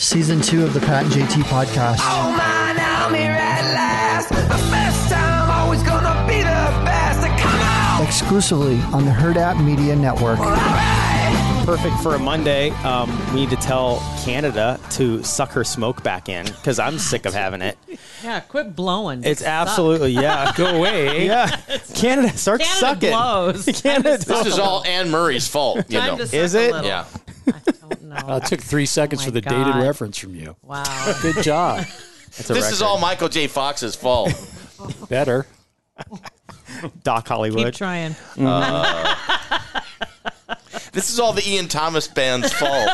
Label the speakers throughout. Speaker 1: Season two of the Pat and JT podcast.
Speaker 2: Oh man, I'm here at last. The best time, always gonna be the best. Come on!
Speaker 1: Exclusively on the Herd App Media Network.
Speaker 3: perfect for a Monday. Um, we need to tell Canada to suck her smoke back in because I'm sick of having it.
Speaker 4: Yeah, quit blowing.
Speaker 3: It's absolutely yeah. Go away. Yeah, Canada, start
Speaker 4: Canada
Speaker 3: sucking.
Speaker 4: blows.
Speaker 3: Canada,
Speaker 4: Time
Speaker 5: This is all Anne Murray's fault, you
Speaker 4: Time
Speaker 5: know.
Speaker 4: to
Speaker 3: Is
Speaker 4: suck a
Speaker 3: it?
Speaker 4: little.
Speaker 5: yeah.
Speaker 4: I don't know.
Speaker 6: Well, it took three
Speaker 4: Oh
Speaker 6: seconds
Speaker 4: my
Speaker 6: for the
Speaker 4: God.
Speaker 6: dated reference from you.
Speaker 4: wow.
Speaker 6: Good job.
Speaker 3: It's a
Speaker 5: This is
Speaker 3: record.
Speaker 5: all Michael J. Fox's fault.
Speaker 6: Better.
Speaker 3: Doc
Speaker 4: Keep
Speaker 3: Hollywood.
Speaker 4: trying.
Speaker 5: this is all the Ian Thomas band's fault.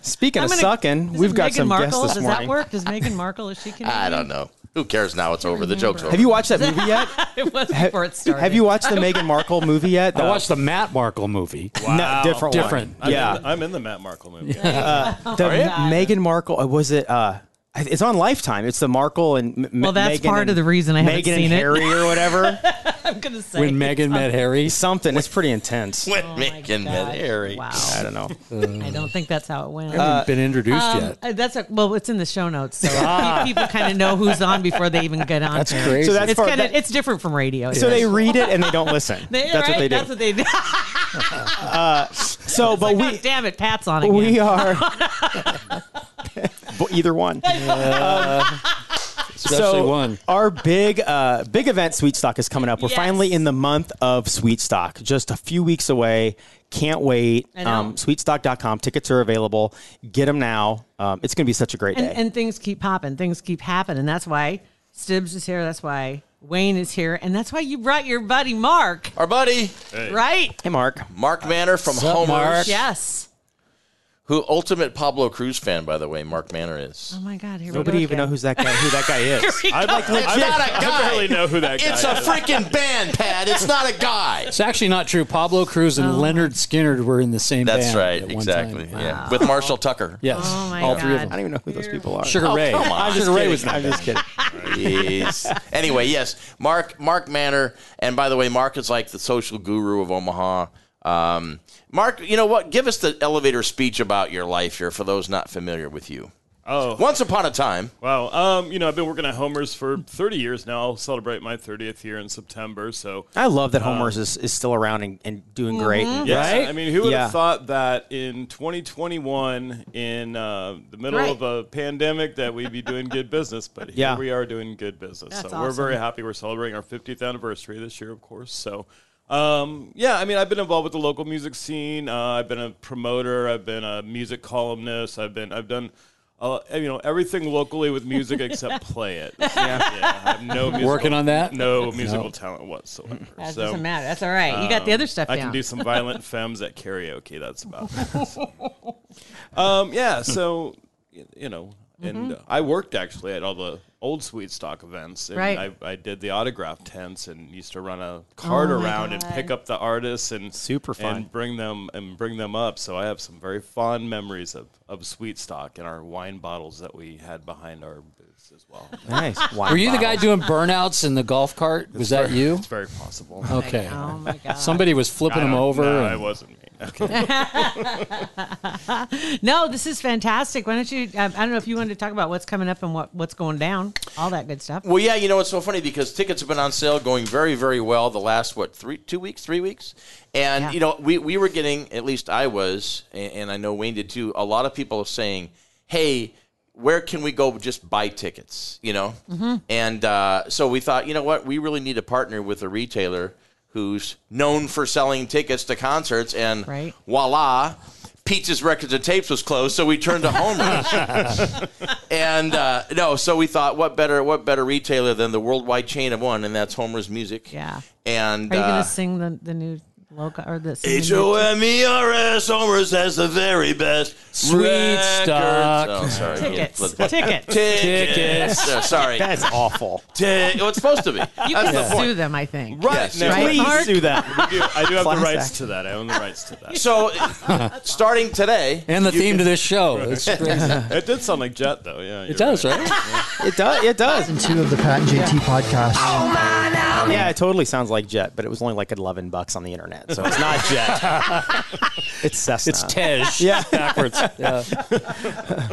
Speaker 3: Speaking
Speaker 4: I'm
Speaker 3: of
Speaker 4: gonna-
Speaker 3: sucking,
Speaker 4: is it
Speaker 3: we've got
Speaker 4: Meghan
Speaker 3: some
Speaker 4: Markle?
Speaker 3: guests this
Speaker 4: Does
Speaker 3: morning.
Speaker 4: that work? Does Meghan Markle is she Canadian?
Speaker 5: I don't know. Who cares now? It's over. The joke's over.
Speaker 3: Have you watched that movie yet?
Speaker 4: It was before it started.
Speaker 3: Uh, Have you watched the Meghan Markle movie yet?
Speaker 6: I watched the Matt Markle movie.
Speaker 3: no, different, one.
Speaker 6: Different.
Speaker 3: Yeah, Uh,
Speaker 7: I'm in the Matt Markle movie.
Speaker 3: the Meghan Markle. uh, Was it? uh it's on Lifetime. It's the Markle and M-
Speaker 4: Well, that's
Speaker 3: Meghan
Speaker 4: part
Speaker 3: and-
Speaker 4: of the reason I haven't
Speaker 3: Meghan
Speaker 4: seen
Speaker 3: and
Speaker 4: it.
Speaker 3: Harry or whatever.
Speaker 4: I'm gonna say
Speaker 6: When Megan met Harry.
Speaker 3: Something. It's pretty intense.
Speaker 5: When
Speaker 4: Oh, my
Speaker 5: Megan
Speaker 4: God.
Speaker 5: met Harry.
Speaker 4: Wow.
Speaker 3: I don't know.
Speaker 4: I don't think that's how it went.
Speaker 3: Uh,
Speaker 6: I haven't been introduced
Speaker 4: Um,
Speaker 6: yet.
Speaker 4: uh, that's a, well. It's in the show notes, so pe- people kind of know who's on before they even get on.
Speaker 6: That's
Speaker 4: there.
Speaker 6: crazy.
Speaker 3: So Ah. that's
Speaker 4: It's
Speaker 3: part-
Speaker 4: kind of
Speaker 3: that-
Speaker 4: it's different from radio.
Speaker 3: So they read it and they don't listen.
Speaker 4: They-
Speaker 3: that's
Speaker 4: right?
Speaker 3: what they do.
Speaker 4: That's what they do.
Speaker 3: so, but
Speaker 4: God damn it, Pat's on
Speaker 3: we
Speaker 4: again.
Speaker 3: we are But either one.
Speaker 6: Especially
Speaker 3: Uh, so
Speaker 6: one.
Speaker 3: our big uh, big event sweet stock is coming up. We're
Speaker 4: Yes.
Speaker 3: finally in the month of sweet stock, just a few weeks away. Can't wait. Um,
Speaker 4: I know.
Speaker 3: sweetstock.com tickets are available. Get them now. Um, it's going to be such a great
Speaker 4: and,
Speaker 3: day.
Speaker 4: and things keep popping. Things keep happening. That's why Stibbs is here. That's why Wayne is here, and that's why you brought your buddy Mark,
Speaker 5: Our buddy,
Speaker 4: right?
Speaker 3: hey, Mark.
Speaker 5: Mark Manor from
Speaker 6: Sup,
Speaker 5: Homer's,
Speaker 6: Mark?
Speaker 4: Yes.
Speaker 5: who ultimate Pablo Cruz fan, by the way, Mark Manor is.
Speaker 4: Oh my God. Here
Speaker 3: Nobody
Speaker 4: we go
Speaker 3: even
Speaker 4: again.
Speaker 3: knows who that guy who that guy is.
Speaker 4: Here we go.
Speaker 5: It's not a guy.
Speaker 7: I barely know who that guy
Speaker 5: It's a
Speaker 7: is.
Speaker 5: freaking band, Pat. It's not a guy.
Speaker 6: It's actually not true. Pablo Cruz
Speaker 4: Oh.
Speaker 6: and Leonard Skinner were in the same
Speaker 5: That's
Speaker 6: band.
Speaker 5: right.
Speaker 6: at one
Speaker 5: Exactly.
Speaker 6: time.
Speaker 5: Yeah. With Marshall Tucker.
Speaker 6: Yes.
Speaker 4: Oh my
Speaker 6: All
Speaker 4: God.
Speaker 6: three of
Speaker 3: I
Speaker 6: them.
Speaker 3: don't even know who those people are.
Speaker 6: Sugar Ray.
Speaker 5: come on.
Speaker 6: Sugar Ray was not.
Speaker 3: I'm just kidding.
Speaker 5: Jeez. anyway, yes, Mark Mark Manor, and by the way, Mark is like the social guru of Omaha. Um, Mark, you know what? Give us the elevator speech about your life here for those not familiar with you.
Speaker 7: Oh.
Speaker 5: Once upon a time,
Speaker 7: Wow. Um, you know, I've been working at Homer's for 30 years now. I'll celebrate my 30th year in September. So,
Speaker 3: I love that Homer's is, is still around and, and doing great.
Speaker 4: Mm-hmm.
Speaker 7: yes,
Speaker 3: Right?
Speaker 7: I mean, who would
Speaker 3: Yeah.
Speaker 7: have thought that in 2021, in uh, the middle
Speaker 4: Right.
Speaker 7: of a pandemic, that we'd be doing good business? But here
Speaker 3: Yeah.
Speaker 7: we are doing good business.
Speaker 4: That's
Speaker 7: so, we're very
Speaker 4: awesome.
Speaker 7: happy. We're celebrating our 50th anniversary this year, of course. So, um, yeah, I mean, I've been involved with the local music scene. Uh, I've been a promoter. I've been a music columnist. I've been, I've done. Uh, you know everything locally with music except play it. Yeah, I have no musical,
Speaker 6: Working on that?
Speaker 7: No musical talent whatsoever.
Speaker 4: That
Speaker 7: so,
Speaker 4: doesn't matter. That's all right. You got the other stuff
Speaker 7: Um, I
Speaker 4: down.
Speaker 7: can do some violent femmes at karaoke. That's about. it. um, yeah. So y- you know,
Speaker 4: Mm-hmm.
Speaker 7: and uh, I worked actually at all the old sweet stock events. And
Speaker 4: Right.
Speaker 7: I, I did the autograph tents and used to run a card
Speaker 4: Oh my
Speaker 7: around and
Speaker 4: God.
Speaker 7: pick up the artists and
Speaker 3: Super fun.
Speaker 7: and bring them and bring them up. So I have some very fond memories of of sweet stock and our wine bottles that we had behind our booths as well.
Speaker 3: Nice. Wine
Speaker 6: Were you the guy
Speaker 3: bottles.
Speaker 6: doing burnouts in the golf cart? Was that you?
Speaker 7: It's very possible.
Speaker 6: Okay.
Speaker 4: Oh my God.
Speaker 6: Somebody was
Speaker 7: I
Speaker 6: flipping
Speaker 7: don't-
Speaker 6: them over.
Speaker 7: No,
Speaker 6: and-
Speaker 7: it wasn't me. Okay.
Speaker 4: No, this is fantastic. Why don't you? Um, I don't know if you wanted to talk about what's coming up and what, what's going down, all that good stuff.
Speaker 5: Well, yeah, you know it's so funny because tickets have been on sale, going very, very well the last what three, two weeks, three weeks, and
Speaker 4: Yeah.
Speaker 5: you know we we were getting at least I was, and, and I know Wayne did too. A lot of people saying, "Hey, where can we go just buy tickets?" You know,
Speaker 4: Mm-hmm.
Speaker 5: and uh, so we thought, you know what, we really need to partner with a retailer who's known for selling tickets to concerts, and
Speaker 4: Right.
Speaker 5: voila. Pizza's Records and Tapes was closed, so we turned to Homer's. And uh, no, so we thought, what better, what better retailer than the worldwide chain of one, and that's Homer's Music.
Speaker 4: Yeah.
Speaker 5: And
Speaker 4: Are you
Speaker 5: uh,
Speaker 4: going to sing the, the new? Loca or the
Speaker 5: H O M E R S. Homer's has the very best
Speaker 6: Sweet
Speaker 5: records.
Speaker 6: stock.
Speaker 5: Oh, sorry.
Speaker 4: tickets.
Speaker 5: Yeah.
Speaker 4: tickets.
Speaker 5: Tickets. Oh, sorry.
Speaker 3: That's awful.
Speaker 5: Ti- well, it's supposed to be.
Speaker 4: You
Speaker 5: That's
Speaker 4: can
Speaker 5: the point.
Speaker 4: sue them, I think.
Speaker 7: Right.
Speaker 5: Yes,
Speaker 7: now,
Speaker 4: Right,
Speaker 3: Please
Speaker 4: Mark?
Speaker 3: do that.
Speaker 7: I do, I do have the
Speaker 3: Class
Speaker 7: rights
Speaker 3: act.
Speaker 7: to that. I own the rights to that.
Speaker 5: So, starting today,
Speaker 6: And the theme to this show. It's crazy.
Speaker 7: It did sound like Jet, though. Yeah,
Speaker 6: It does, right?
Speaker 3: It does. It does.
Speaker 1: Two of the Pat and JT podcast.
Speaker 2: Oh my, now
Speaker 3: Yeah, it totally sounds like Jet, but it was only like eleven bucks on the internet, so it's not Jet. it's Cessna.
Speaker 6: It's Tej. Yeah. Backwards. Yeah.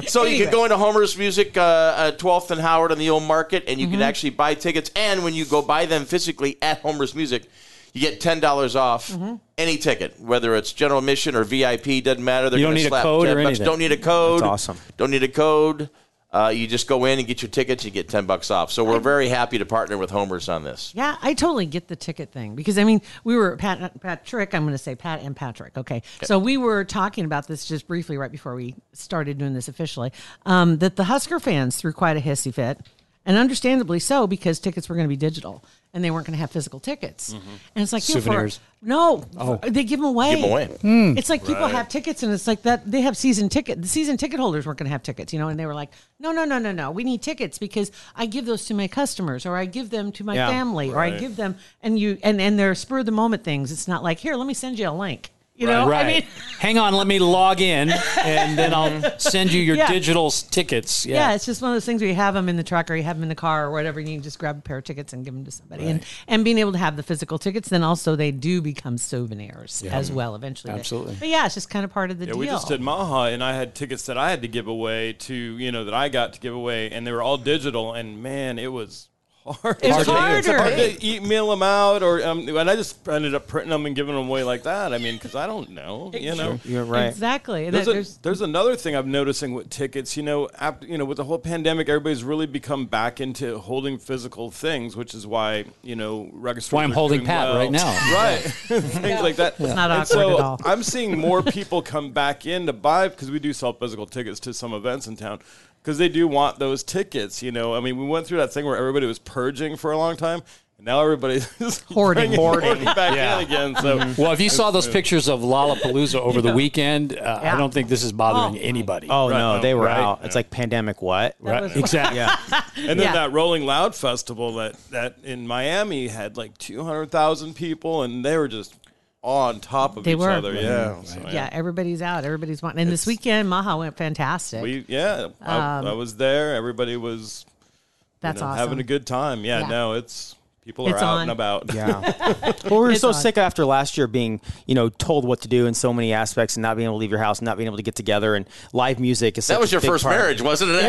Speaker 5: So you can go into Homer's Music, uh, uh, 12th and Howard on the old market, and you can actually buy tickets. And when you go buy them physically at Homer's Music, you get ten dollars off any ticket, whether it's general admission or VIP. Doesn't matter. They're
Speaker 6: You don't
Speaker 5: gonna
Speaker 6: need a
Speaker 5: slap
Speaker 6: code
Speaker 5: 10
Speaker 6: or
Speaker 5: bucks.
Speaker 6: anything.
Speaker 5: Don't need a code.
Speaker 3: That's awesome.
Speaker 5: Don't need a code. Uh, you just go in and get your tickets. You get ten bucks off. So we're very happy to partner with Homer's on this.
Speaker 4: Yeah, I totally get the ticket thing because I mean we were Pat Patrick. I'm going to say Pat and Patrick. Okay. so we were talking about this just briefly right before we started doing this officially. Um, that the Husker fans threw quite a hissy fit, and understandably so because tickets were going to be digital and they weren't going to have physical tickets. And it's like you know, for-
Speaker 6: Souvenirs.
Speaker 4: no, for- they give them away.
Speaker 5: Give 'em away.
Speaker 4: It's like people have tickets, and it's like that they have season ticket. The season ticket holders weren't going to have tickets, you know. And they were like, "No, no, no, no, no. We need tickets because I give those to my customers, or I give them to my
Speaker 3: Yeah.
Speaker 4: family, or I give them." And you and and they're spur of the moment things. It's not like here, let me send you a link. You know,
Speaker 6: Right.
Speaker 4: I mean,
Speaker 6: Hang on, let me log in, and then I'll send you your
Speaker 4: Yeah.
Speaker 6: digital s- tickets.
Speaker 4: yeah.
Speaker 6: Yeah.
Speaker 4: it's just one of those things where you have them in the truck or you have them in the car or whatever, and you can just grab a pair of tickets and give them to somebody. And and being able to have the physical tickets, then also they do become souvenirs as well eventually.
Speaker 6: Absolutely.
Speaker 4: But yeah, it's just kind of part of the
Speaker 7: Yeah,
Speaker 4: deal.
Speaker 7: we just did Maha, and I had tickets that I had to give away to, you know, that I got to give away, and they were all digital, and man, it was hard.
Speaker 4: It was
Speaker 7: Hard to-
Speaker 4: harder.
Speaker 7: Hard to email them out, or um, and I just ended up printing them and giving them away like that. I mean, because I don't know, you know.
Speaker 3: You're right.
Speaker 4: Exactly. And
Speaker 7: There's,
Speaker 4: that-
Speaker 7: a- there's another thing I'm noticing with tickets. You know, after, you know, with the whole pandemic, everybody's really become back into holding physical things, which is why you know registration.
Speaker 6: Why I'm holding Pat right now.
Speaker 7: Right, things like that. It's
Speaker 4: not awkward
Speaker 7: so
Speaker 4: at all.
Speaker 7: I'm seeing more people come back in to buy because we do sell physical tickets to some events in town because they do want those tickets. You know, I mean, we went through that thing where everybody was purging for a long time. and Now everybody's
Speaker 4: Hoarding.
Speaker 7: bringing hoarding back
Speaker 6: Yeah. Mm-hmm.
Speaker 7: in again. So
Speaker 6: Well, if you saw those pictures of Lollapalooza over the weekend, uh,
Speaker 4: Yeah.
Speaker 6: I don't think this is bothering
Speaker 4: Oh.
Speaker 6: anybody.
Speaker 3: Oh
Speaker 7: Right,
Speaker 3: no,
Speaker 7: no,
Speaker 3: they were
Speaker 7: right.
Speaker 3: out. It's like pandemic. What?
Speaker 6: right.
Speaker 4: was-
Speaker 6: exactly.
Speaker 3: Yeah.
Speaker 7: And then
Speaker 4: Yeah.
Speaker 7: that Rolling Loud festival that, that in Miami had like 200,000 people and they were just on top of
Speaker 4: They
Speaker 7: each
Speaker 4: were.
Speaker 7: other. Oh, Yeah. So,
Speaker 4: yeah, everybody's out. Everybody's wanting. And this weekend, Maha went fantastic.
Speaker 7: We, yeah. I, I was there. Everybody was you
Speaker 4: Um, That's
Speaker 7: know,
Speaker 4: awesome.
Speaker 7: having a good time. Yeah,
Speaker 4: Yeah.
Speaker 7: No, it's people are
Speaker 4: It's
Speaker 7: out
Speaker 4: on.
Speaker 7: and about.
Speaker 3: Yeah. well, we were
Speaker 4: It's
Speaker 3: so
Speaker 4: odd.
Speaker 3: sick after last year being, you know, told what to do in so many aspects and not being able to leave your house, and not being able to get together, and live music is.
Speaker 5: That
Speaker 3: such
Speaker 5: was
Speaker 3: a
Speaker 5: your
Speaker 3: big
Speaker 5: first
Speaker 3: part.
Speaker 5: marriage, wasn't it?
Speaker 3: It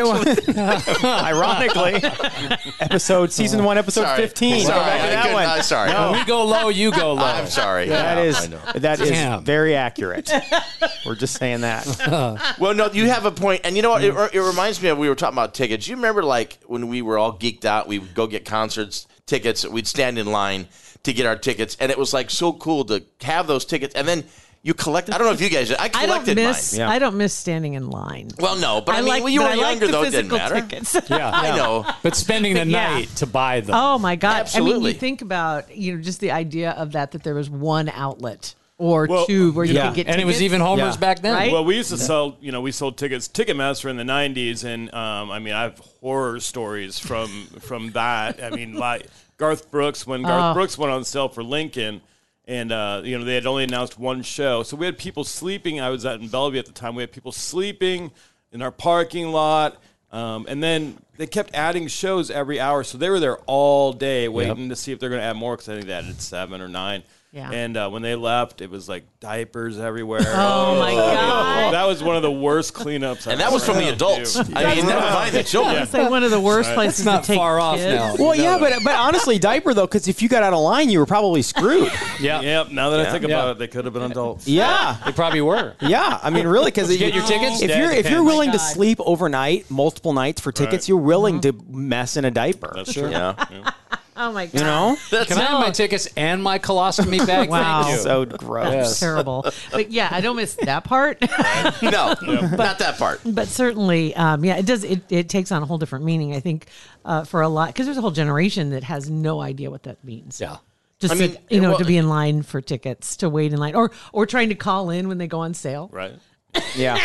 Speaker 5: actually?
Speaker 3: was- Ironically, episode season one, episode
Speaker 5: Sorry.
Speaker 3: fifteen.
Speaker 5: Sorry,
Speaker 3: Go back to
Speaker 5: I
Speaker 3: that
Speaker 5: couldn't-
Speaker 3: one.
Speaker 5: I'm sorry.
Speaker 6: When we go low, you go low.
Speaker 5: I'm sorry.
Speaker 3: That
Speaker 5: Yeah,
Speaker 3: is
Speaker 5: I know.
Speaker 3: that is
Speaker 6: Damn.
Speaker 3: very accurate. We're just saying that.
Speaker 5: Well, no, you have a point, and you know what? It, it reminds me of we were talking about tickets. You remember, like when we were all geeked out, we would go get concerts tickets. We'd stand in line to get our tickets, and it was like so cool to have those tickets. And then you collect. I don't know if you guys. did. I
Speaker 4: I
Speaker 5: collected
Speaker 4: don't miss.
Speaker 5: mine.
Speaker 3: Yeah.
Speaker 4: I don't miss standing in line.
Speaker 5: Well, no, but I, mean, when you
Speaker 4: but I
Speaker 5: were
Speaker 4: like
Speaker 5: younger
Speaker 4: the
Speaker 5: though, it didn't
Speaker 4: physical
Speaker 5: matter.
Speaker 4: tickets.
Speaker 6: Yeah.
Speaker 5: I know.
Speaker 6: But spending the
Speaker 4: But yeah.
Speaker 6: night to buy them.
Speaker 4: Oh my god! I mean,
Speaker 5: Absolutely.
Speaker 4: you think about you know just the idea of that that there was one outlet or
Speaker 7: Well,
Speaker 4: two where you
Speaker 3: yeah.
Speaker 4: could get
Speaker 6: and it was
Speaker 4: tickets.
Speaker 6: even Homer's
Speaker 3: Yeah.
Speaker 6: back then.
Speaker 4: Right?
Speaker 7: Well, we used to sell, you know, we sold tickets, Ticketmaster in the '90s, and um, I mean, I have horror stories from from that. I mean, like Garth Brooks when
Speaker 4: Oh.
Speaker 7: Garth Brooks went on sale for Lincoln, and uh, you know they had only announced one show, so we had people sleeping. I was out in Bellevue at the time. We had people sleeping in our parking lot. Um, and then they kept adding shows every hour, so they were there all day waiting to see if they're going to add more. Because I think they added seven or nine.
Speaker 4: Yeah.
Speaker 7: And uh, when they left, it was like diapers everywhere.
Speaker 4: Oh my god!
Speaker 7: That was one of the worst cleanups. I've
Speaker 5: And that was
Speaker 7: ever
Speaker 5: from the
Speaker 7: had to
Speaker 5: adults.
Speaker 7: do.
Speaker 5: I mean, never mind the children.
Speaker 4: It's like one of the worst places.
Speaker 6: It's not
Speaker 4: to take
Speaker 6: far off
Speaker 4: kids.
Speaker 6: now.
Speaker 3: Well, yeah, but but honestly, diaper though, because if you got out of line, you were probably screwed.
Speaker 6: Yeah.
Speaker 7: Yep. Now that I think
Speaker 6: Yeah.
Speaker 7: about it, they could have been adults.
Speaker 3: Yeah.
Speaker 6: They probably were.
Speaker 3: Yeah, I mean, really, because
Speaker 6: get your tickets?
Speaker 3: If
Speaker 6: Yeah,
Speaker 3: you're
Speaker 6: it
Speaker 3: if you're
Speaker 6: depends.
Speaker 3: willing
Speaker 4: Oh
Speaker 3: to
Speaker 4: my God.
Speaker 3: sleep overnight, multiple nights for tickets,
Speaker 7: Right.
Speaker 3: you're willing to mess in a diaper.
Speaker 7: That's true.
Speaker 5: Yeah.
Speaker 4: Oh my god!
Speaker 3: You know,
Speaker 6: Can I have my tickets and my colostomy bag?
Speaker 4: Wow.
Speaker 6: Thank you.
Speaker 3: so gross.
Speaker 6: Yes.
Speaker 4: terrible. But yeah, I don't miss that part.
Speaker 5: No, not that part.
Speaker 4: but certainly, um, yeah, it does. It, it takes on a whole different meaning, I think, uh, for a lot because there's a whole generation that has no idea what that means.
Speaker 6: Yeah.
Speaker 4: Just
Speaker 5: I mean,
Speaker 4: to, you know,
Speaker 5: well-
Speaker 4: to be in line for tickets, to wait in line, or or trying to call in when they go on sale.
Speaker 7: right?
Speaker 3: Yeah.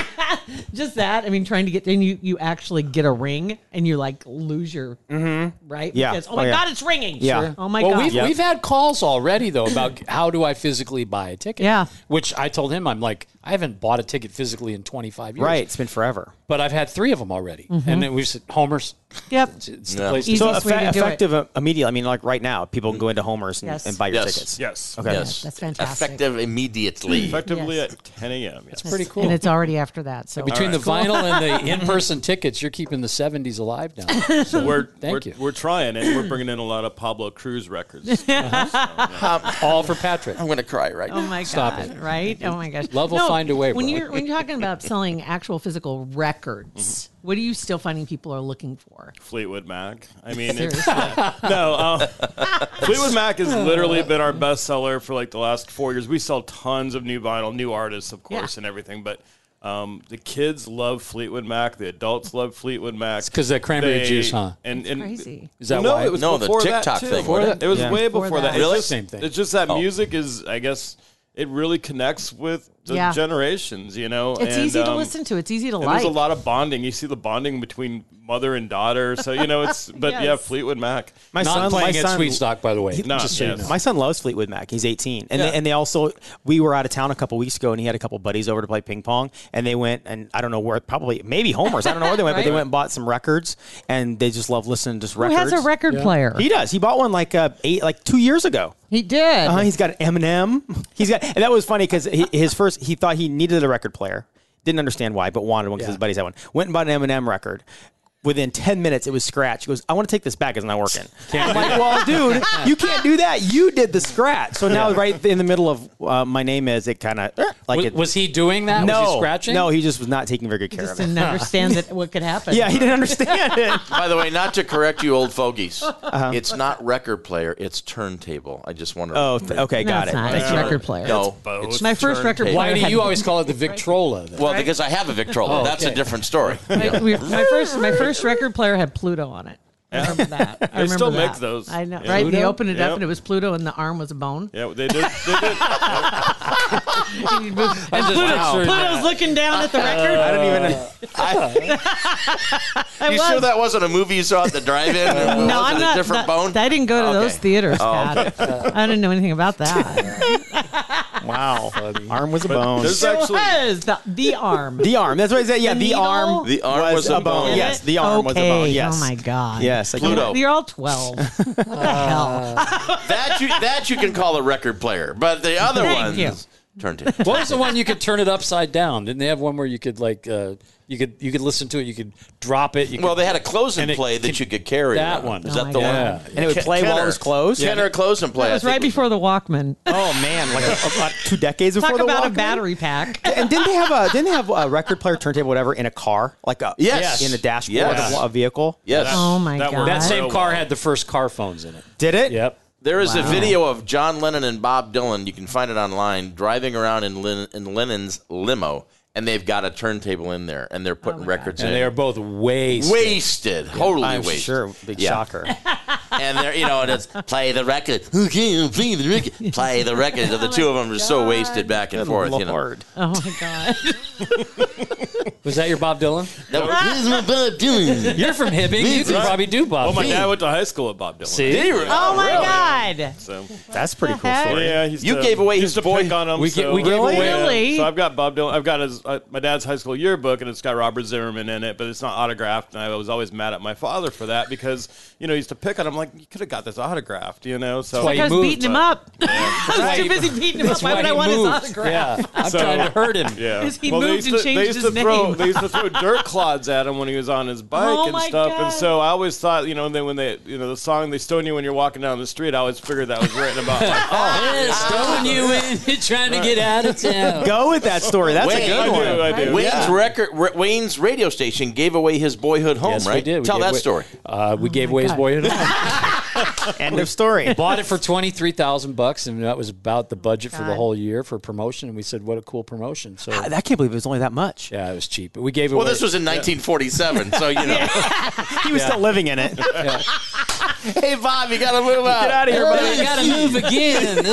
Speaker 4: Just that. I mean, trying to get then you you actually get a ring and you like lose your right.
Speaker 3: Yeah.
Speaker 4: Because, oh
Speaker 3: Oh,
Speaker 4: my
Speaker 3: yeah.
Speaker 4: god, it's ringing.
Speaker 3: Yeah. Sure.
Speaker 4: Oh my
Speaker 6: well,
Speaker 4: god.
Speaker 6: we've,
Speaker 3: Yeah.
Speaker 6: we've had calls already though about how do I physically buy a ticket?
Speaker 4: Yeah.
Speaker 6: which I told him I'm like I haven't bought a ticket physically in 25 years.
Speaker 3: Right. It's been forever.
Speaker 6: but I've had three of them already, and then we've said Homer's.
Speaker 4: Yep.
Speaker 6: It's, it's the place.
Speaker 4: Mm-hmm. Easy.
Speaker 6: To,
Speaker 3: So
Speaker 4: Easiest way to do it. Mm.
Speaker 3: effective uh, immediately. I mean, like right now, people can go into Homer's and,
Speaker 4: Yes.
Speaker 3: and buy your
Speaker 5: Yes.
Speaker 3: tickets.
Speaker 7: Yes.
Speaker 3: Okay.
Speaker 5: Yes.
Speaker 4: That's fantastic.
Speaker 5: Effective immediately.
Speaker 7: Effectively
Speaker 4: Yes.
Speaker 7: at 10 a.m.
Speaker 6: it's
Speaker 7: Yes.
Speaker 6: pretty cool.
Speaker 4: uh, And it's already after that. So
Speaker 6: between the vinyl and the in-person tickets, you're keeping the 70s alive now. So
Speaker 7: We're,
Speaker 6: Thank
Speaker 7: we're,
Speaker 6: you.
Speaker 7: we're trying it. We're bringing in a lot of Pablo Cruz records.
Speaker 6: all for Patrick.
Speaker 5: I'm going to cry right
Speaker 4: Oh
Speaker 5: now.
Speaker 4: my
Speaker 6: Stop
Speaker 4: god!
Speaker 6: it.
Speaker 4: Right? Oh my gosh!
Speaker 6: Love will find a way,
Speaker 4: When
Speaker 6: bro.
Speaker 4: you're when you're talking about selling actual physical records, what are you still finding people are looking for?
Speaker 7: Fleetwood Mac. I mean, it's,
Speaker 4: Seriously,
Speaker 7: no, uh, Fleetwood Mac has literally been our bestseller for like the last four years. We sell tons of new vinyl, new artists, of course,
Speaker 4: Yeah.
Speaker 7: and everything. But um, the kids love Fleetwood Mac. The adults love Fleetwood Mac. It's
Speaker 6: 'cause of cranberry juice, huh?
Speaker 7: And, and
Speaker 4: crazy.
Speaker 6: Is that
Speaker 7: no,
Speaker 6: why?
Speaker 7: It was
Speaker 5: No, the
Speaker 7: before
Speaker 5: TikTok
Speaker 7: that too.
Speaker 5: thing,
Speaker 7: Before
Speaker 5: wasn't Oh.
Speaker 7: that, it was
Speaker 3: Yeah.
Speaker 7: way
Speaker 4: Before
Speaker 7: before,
Speaker 4: that.
Speaker 7: that. It's
Speaker 6: Really?
Speaker 7: just-
Speaker 6: Same thing.
Speaker 7: It's just that music is, I guess, it really connects with the
Speaker 4: Yeah.
Speaker 7: generations. You know,
Speaker 4: it's
Speaker 7: And,
Speaker 4: easy to
Speaker 7: um,
Speaker 4: listen to. It's easy to
Speaker 7: And
Speaker 4: like.
Speaker 7: there's a lot of bonding. You see the bonding between mother and daughter. So you know it's, but yeah,
Speaker 4: Yes.
Speaker 7: Fleetwood Mac.
Speaker 3: My
Speaker 6: Not
Speaker 3: son,
Speaker 6: playing
Speaker 3: my
Speaker 6: at
Speaker 3: son,
Speaker 6: Sweet Stock, by the way.
Speaker 7: No,
Speaker 6: just so you
Speaker 7: yes.
Speaker 6: know.
Speaker 3: My son loves Fleetwood Mac. He's 18, and
Speaker 7: Yeah.
Speaker 3: they, and they also we were out of town a couple weeks ago, and he had a couple buddies over to play ping pong, and they went and I don't know where, probably maybe Homer's. I don't know where they went, but they
Speaker 4: Right.
Speaker 3: went and bought some records, and they just love listening to just
Speaker 4: Who
Speaker 3: records.
Speaker 4: has a record player?
Speaker 3: He
Speaker 4: He,
Speaker 3: does. He bought one like uh, eight, like two years ago.
Speaker 4: did.
Speaker 3: Uh, he's got an Eminem. He's got, and that was funny because his first, he thought he needed a record player. Didn't understand why, but wanted one because his buddies had one. Went and bought an Eminem record. Within 10 minutes, it was scratch. He goes, I want to take this back. It's not working. I'm like, well, dude, you can't do that. You did the scratch. So now, right in the middle of uh, my name is, it kind of like
Speaker 6: was,
Speaker 3: it
Speaker 6: was he doing that?
Speaker 3: no,
Speaker 6: was he scratching?
Speaker 3: No, he just was not taking very good care
Speaker 4: just
Speaker 3: of it.
Speaker 4: didn't understand that what could happen.
Speaker 3: Yeah, he didn't understand it.
Speaker 5: By the way, not to correct you, old fogies.
Speaker 4: Uh-huh.
Speaker 5: It's not record player. It's turntable. I just wanted.
Speaker 3: Oh,
Speaker 5: to
Speaker 3: th- okay,
Speaker 4: No,
Speaker 3: got
Speaker 4: it's
Speaker 3: it.
Speaker 4: not. It's
Speaker 5: Yeah.
Speaker 4: record player.
Speaker 5: No,
Speaker 7: both.
Speaker 5: it's-
Speaker 4: My first record
Speaker 5: turntable.
Speaker 4: player.
Speaker 6: Why do
Speaker 4: had-
Speaker 6: you always call it the Victrola? Then?
Speaker 5: well, because I have a Victrola.
Speaker 6: Oh,
Speaker 5: That's a
Speaker 6: okay.
Speaker 5: different story.
Speaker 4: My,
Speaker 5: Yeah.
Speaker 4: we- my first my first record player had Pluto on it. I remember that. I remember
Speaker 7: still
Speaker 4: that.
Speaker 7: make those.
Speaker 4: I know,
Speaker 7: Yeah.
Speaker 4: right? They
Speaker 7: Pluto?
Speaker 4: opened it up
Speaker 7: Yep.
Speaker 4: and it was Pluto, and the arm was a bone.
Speaker 7: Yeah, they did. They did.
Speaker 4: And you'd move- and
Speaker 6: just
Speaker 4: Pluto,
Speaker 6: picturing
Speaker 4: Pluto's looking down at the record.
Speaker 3: I don't even.
Speaker 4: Uh, I
Speaker 5: you
Speaker 4: was.
Speaker 5: sure that wasn't a movie you saw at the drive-in? no,
Speaker 4: No,
Speaker 5: was
Speaker 4: I'm
Speaker 5: it
Speaker 4: not.
Speaker 5: a different
Speaker 4: that-
Speaker 5: bone?
Speaker 4: I didn't go to those
Speaker 5: Okay.
Speaker 4: theaters. Pat. I didn't know anything about that.
Speaker 3: Wow. Arm was a bone.
Speaker 7: there's
Speaker 4: It
Speaker 7: actually
Speaker 4: was the, the arm.
Speaker 3: The arm. That's what I said. Yeah,
Speaker 4: The
Speaker 3: the,
Speaker 4: needle?
Speaker 3: arm.
Speaker 5: The arm was a bone.
Speaker 4: Get
Speaker 3: Yes,
Speaker 4: it?
Speaker 3: the arm was a bone.
Speaker 4: Okay.
Speaker 3: Yes.
Speaker 4: Oh my god.
Speaker 3: Yes. I
Speaker 5: Pluto.
Speaker 4: You're all twelve. What the hell?
Speaker 5: that you that you can call a record player, but the other
Speaker 4: Thank
Speaker 5: ones
Speaker 4: you.
Speaker 5: turntable.
Speaker 6: What was the one you could turn it upside down? Didn't they have one where you could like uh, you could you could listen to it, you could drop it. You
Speaker 5: Well,
Speaker 6: could,
Speaker 5: they had a close and
Speaker 6: And it
Speaker 5: play that
Speaker 6: can-
Speaker 5: you could carry.
Speaker 6: that
Speaker 5: around.
Speaker 6: one.
Speaker 5: is that
Speaker 6: Oh
Speaker 4: my
Speaker 5: the
Speaker 4: God.
Speaker 5: one?
Speaker 6: Yeah.
Speaker 3: And it would play while it was closed?
Speaker 5: Tenor close and play.
Speaker 4: That was
Speaker 5: I think
Speaker 4: right
Speaker 5: we-
Speaker 4: before the Walkman.
Speaker 3: Oh man, like about two decades before
Speaker 4: Talk
Speaker 3: the
Speaker 4: about a
Speaker 3: Walkman?
Speaker 4: battery pack.
Speaker 3: And didn't they have a didn't they have a record player, turntable, whatever, in a car, like a
Speaker 5: Yes.
Speaker 3: in the dashboard
Speaker 5: Yes.
Speaker 3: of a vehicle?
Speaker 5: Yes.
Speaker 4: Oh my
Speaker 7: That
Speaker 4: god.
Speaker 7: worked.
Speaker 6: that same
Speaker 7: Oh,
Speaker 6: car
Speaker 7: wow.
Speaker 6: had the first car phones in it.
Speaker 3: Did it?
Speaker 6: Yep.
Speaker 5: There is a video of John Lennon and Bob Dylan. You can find it online, driving around in, Lin- in Lennon's limo, and they've got a turntable in there, and they're putting records in.
Speaker 6: And they are both way
Speaker 5: wasted, totally
Speaker 3: I'm
Speaker 5: wasted.
Speaker 3: sure. Big
Speaker 5: Yeah.
Speaker 3: shocker.
Speaker 5: And they're, you know, and it's play the record. Okay, play the record. Play the record.
Speaker 6: Oh
Speaker 5: The two of them are so wasted back and forth. You know,
Speaker 3: Lord.
Speaker 4: Oh my god.
Speaker 6: Was that your Bob Dylan?
Speaker 5: That was- this is my Bob Dylan.
Speaker 6: You're from Hibbing. You can probably do Bob.
Speaker 7: Oh, my
Speaker 6: Dylan.
Speaker 7: dad went to high school with Bob Dylan.
Speaker 6: See?
Speaker 4: Oh my god.
Speaker 7: So
Speaker 3: That's pretty cool
Speaker 4: heck?
Speaker 3: story.
Speaker 7: yeah, he's
Speaker 5: You gave away his
Speaker 7: used to
Speaker 5: boy-
Speaker 7: pick on him.
Speaker 6: We
Speaker 7: so.
Speaker 6: ga- we gave Really? away-
Speaker 4: Really?
Speaker 7: So I've got Bob Dylan. I've got his uh, my dad's high school yearbook, and it's got Robert Zimmerman in it, but it's not autographed. And I was always mad at my father for that because you know he used to pick on him like you could have got this autographed, you know. So
Speaker 6: why
Speaker 4: I
Speaker 6: you
Speaker 4: was
Speaker 6: moved,
Speaker 4: beating him
Speaker 6: but-
Speaker 4: up.
Speaker 6: why
Speaker 4: I was
Speaker 6: he-
Speaker 4: too busy beating him up. Why would
Speaker 6: he
Speaker 4: I want his
Speaker 6: moved.
Speaker 4: autograph?
Speaker 6: Yeah. I'm
Speaker 7: So-
Speaker 6: trying to hurt him.
Speaker 7: Yeah,
Speaker 4: 'Cause he
Speaker 7: they
Speaker 4: moved
Speaker 7: used
Speaker 4: and
Speaker 7: to- they
Speaker 4: changed
Speaker 7: used
Speaker 4: his
Speaker 7: to throw,
Speaker 4: name.
Speaker 7: They used to throw dirt clods at him when he was on his bike
Speaker 4: Oh
Speaker 7: and
Speaker 4: my
Speaker 7: stuff.
Speaker 4: God.
Speaker 7: And so I always thought, you know, and then when they, you know, the song "They Stone You When You're Walking Down the Street," I always figured that was written about. Like, oh,
Speaker 6: Yeah, throwing you in, trying to get out of town.
Speaker 3: Go with that story. That's a
Speaker 5: Wayne.
Speaker 3: good
Speaker 7: I
Speaker 3: one.
Speaker 7: do, I do.
Speaker 5: Wayne's record, Ra- Wayne's radio station gave away his boyhood home.
Speaker 6: Yes,
Speaker 5: right?
Speaker 6: we did. We
Speaker 5: Tell
Speaker 6: gave
Speaker 5: that
Speaker 6: away-
Speaker 5: story.
Speaker 6: Uh, we gave away his
Speaker 4: God.
Speaker 6: boyhood home.
Speaker 3: End of story.
Speaker 6: Bought it for twenty three thousand bucks, and that was about the budget for the
Speaker 4: God. Ah,
Speaker 6: whole year for promotion. And we said, "What a cool promotion!" So
Speaker 3: I can't believe it was only that much.
Speaker 6: yeah, it was cheap. But we gave it.
Speaker 5: Well,
Speaker 6: away.
Speaker 5: this was in 1947, so you know.
Speaker 3: He was still living in it.
Speaker 5: Hey, Bob, you gotta move out.
Speaker 3: Get out of here, buddy.
Speaker 6: I gotta move again.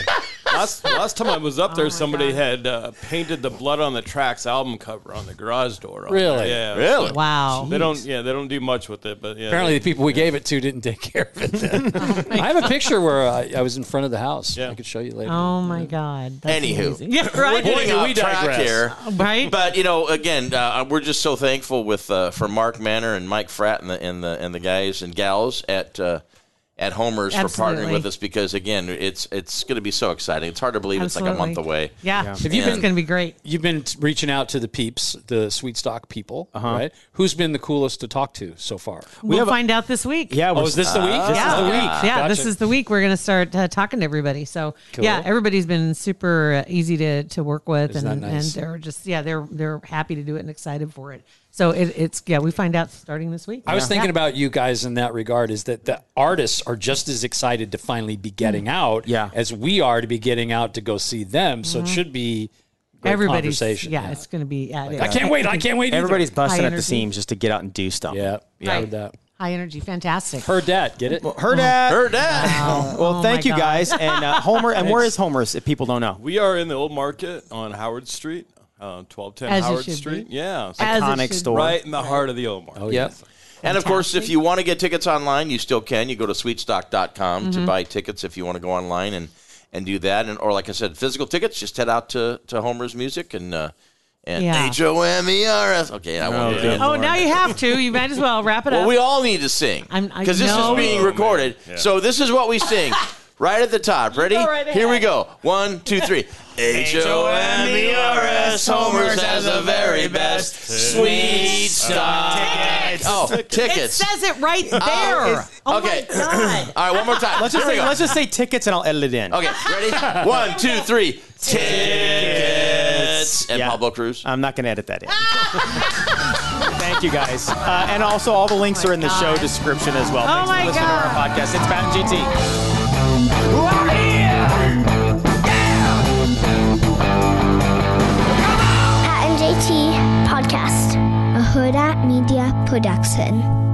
Speaker 6: Ugh.
Speaker 7: last last time I was up there,
Speaker 4: Oh,
Speaker 7: somebody had uh, painted the "Blood on the Tracks" album cover on the garage door. on there.
Speaker 6: Really?
Speaker 7: Yeah.
Speaker 5: Really?
Speaker 4: Wow.
Speaker 7: They don't. Yeah, they don't do much with it, but yeah.
Speaker 6: Apparently,
Speaker 7: they-
Speaker 6: the people we gave it to didn't take care of it. Then.
Speaker 4: Oh,
Speaker 6: I have a picture where I, I was in front of the house.
Speaker 7: Yeah.
Speaker 6: I could show you later.
Speaker 4: Oh my God. That's
Speaker 5: Anywho.
Speaker 4: amazing. Yeah, right.
Speaker 5: We're getting
Speaker 6: Anyway,
Speaker 5: off
Speaker 6: we
Speaker 5: track
Speaker 6: digress.
Speaker 5: here.
Speaker 4: Right.
Speaker 5: But you know, again, uh, we're just so thankful with uh, for Mark Manor and Mike Fratt and the and the and the guys and gals at uh, at Homer's for partnering
Speaker 4: Absolutely.
Speaker 5: with us because again, it's it's going to be so exciting. It's hard to believe
Speaker 4: Absolutely.
Speaker 5: it's like a month away.
Speaker 4: Yeah. Have
Speaker 6: you
Speaker 4: you
Speaker 6: been-
Speaker 4: it's going to be great.
Speaker 6: You've been t- reaching out to the peeps, the sweet stock people,
Speaker 5: Uh-huh.
Speaker 6: right? Who's been the coolest to talk to so far?
Speaker 4: We will
Speaker 3: have a-
Speaker 4: find out this week.
Speaker 3: Yeah,
Speaker 6: Oh, is this the week? This
Speaker 4: Uh, yeah.
Speaker 6: is the week.
Speaker 4: Yeah, this
Speaker 6: Gotcha.
Speaker 4: is the week we're going to start uh, talking to everybody. So yeah, everybody's been super uh, easy to, to work with,
Speaker 6: Isn't
Speaker 4: and,
Speaker 6: that nice?
Speaker 4: and they're just yeah they're they're happy to do it and excited for it. So it, it's yeah we find out starting this week.
Speaker 6: I was thinking about you guys in that regard is that the artists are just as excited to finally be getting out
Speaker 3: Yeah.
Speaker 6: as we are to be getting out to go see them. So it should be great
Speaker 4: everybody's
Speaker 6: conversation.
Speaker 4: yeah, it's going to be yeah,
Speaker 6: I can't wait. I can't wait. either.
Speaker 3: Everybody's busting at the
Speaker 4: energy.
Speaker 3: seams just to get out and do stuff.
Speaker 6: Yeah. Yeah.
Speaker 4: Right.
Speaker 6: Heard that.
Speaker 4: high energy fantastic.
Speaker 6: Heard that. Get it?
Speaker 3: Her dad.
Speaker 5: Heard that?
Speaker 3: Well,
Speaker 4: Oh
Speaker 3: thank
Speaker 4: my
Speaker 3: you
Speaker 4: God.
Speaker 3: guys. And uh, Homer, and where is Homer's if people don't know?
Speaker 7: we are in the old market on Howard Street, uh, twelve ten
Speaker 4: As it
Speaker 7: Howard
Speaker 4: should be.
Speaker 7: Street. Yeah, so
Speaker 4: As it
Speaker 3: Iconic
Speaker 4: should be.
Speaker 3: store.
Speaker 7: right in the heart of the old market.
Speaker 6: Oh, yeah.
Speaker 5: And of course, if you want to get tickets online, you still can. You go to sweetstock.com
Speaker 4: Mm-hmm.
Speaker 5: to buy tickets if you want to go online and and do that. And or like I said, physical tickets, just head out to to Homer's Music and uh, and
Speaker 4: Yeah.
Speaker 5: H O M E R S. Okay, I won't do that.
Speaker 4: Oh, now you have to. You might as well wrap it
Speaker 5: Well,
Speaker 4: up.
Speaker 5: we all need to sing
Speaker 4: I'm- I
Speaker 5: because this
Speaker 4: know.
Speaker 5: is being recorded. So this is what we sing. Right at the top. Ready?
Speaker 4: Go right
Speaker 5: Here we
Speaker 4: ahead.
Speaker 5: go. One, two, three. H O M E R S. Homer's has the very best sweet stock. Tickets. Oh,
Speaker 4: it
Speaker 5: tickets.
Speaker 4: says it right there.
Speaker 5: it's-
Speaker 4: Oh
Speaker 5: okay.
Speaker 4: my god.
Speaker 5: All right, one more time.
Speaker 3: Let's just,
Speaker 5: Here we
Speaker 3: say,
Speaker 5: go.
Speaker 3: let's just say tickets and I'll edit it in.
Speaker 5: Okay, ready? One, two, three. Tickets. And
Speaker 3: Yeah.
Speaker 5: Pablo Cruz.
Speaker 3: I'm not going to edit that in. Thank you guys. Uh, and also, all the links are in the
Speaker 4: Oh
Speaker 3: show description as well. Thanks
Speaker 4: my
Speaker 3: for listening to our podcast. It's Pat and GT.
Speaker 8: Pat and JT Podcast, a Huda Media Production.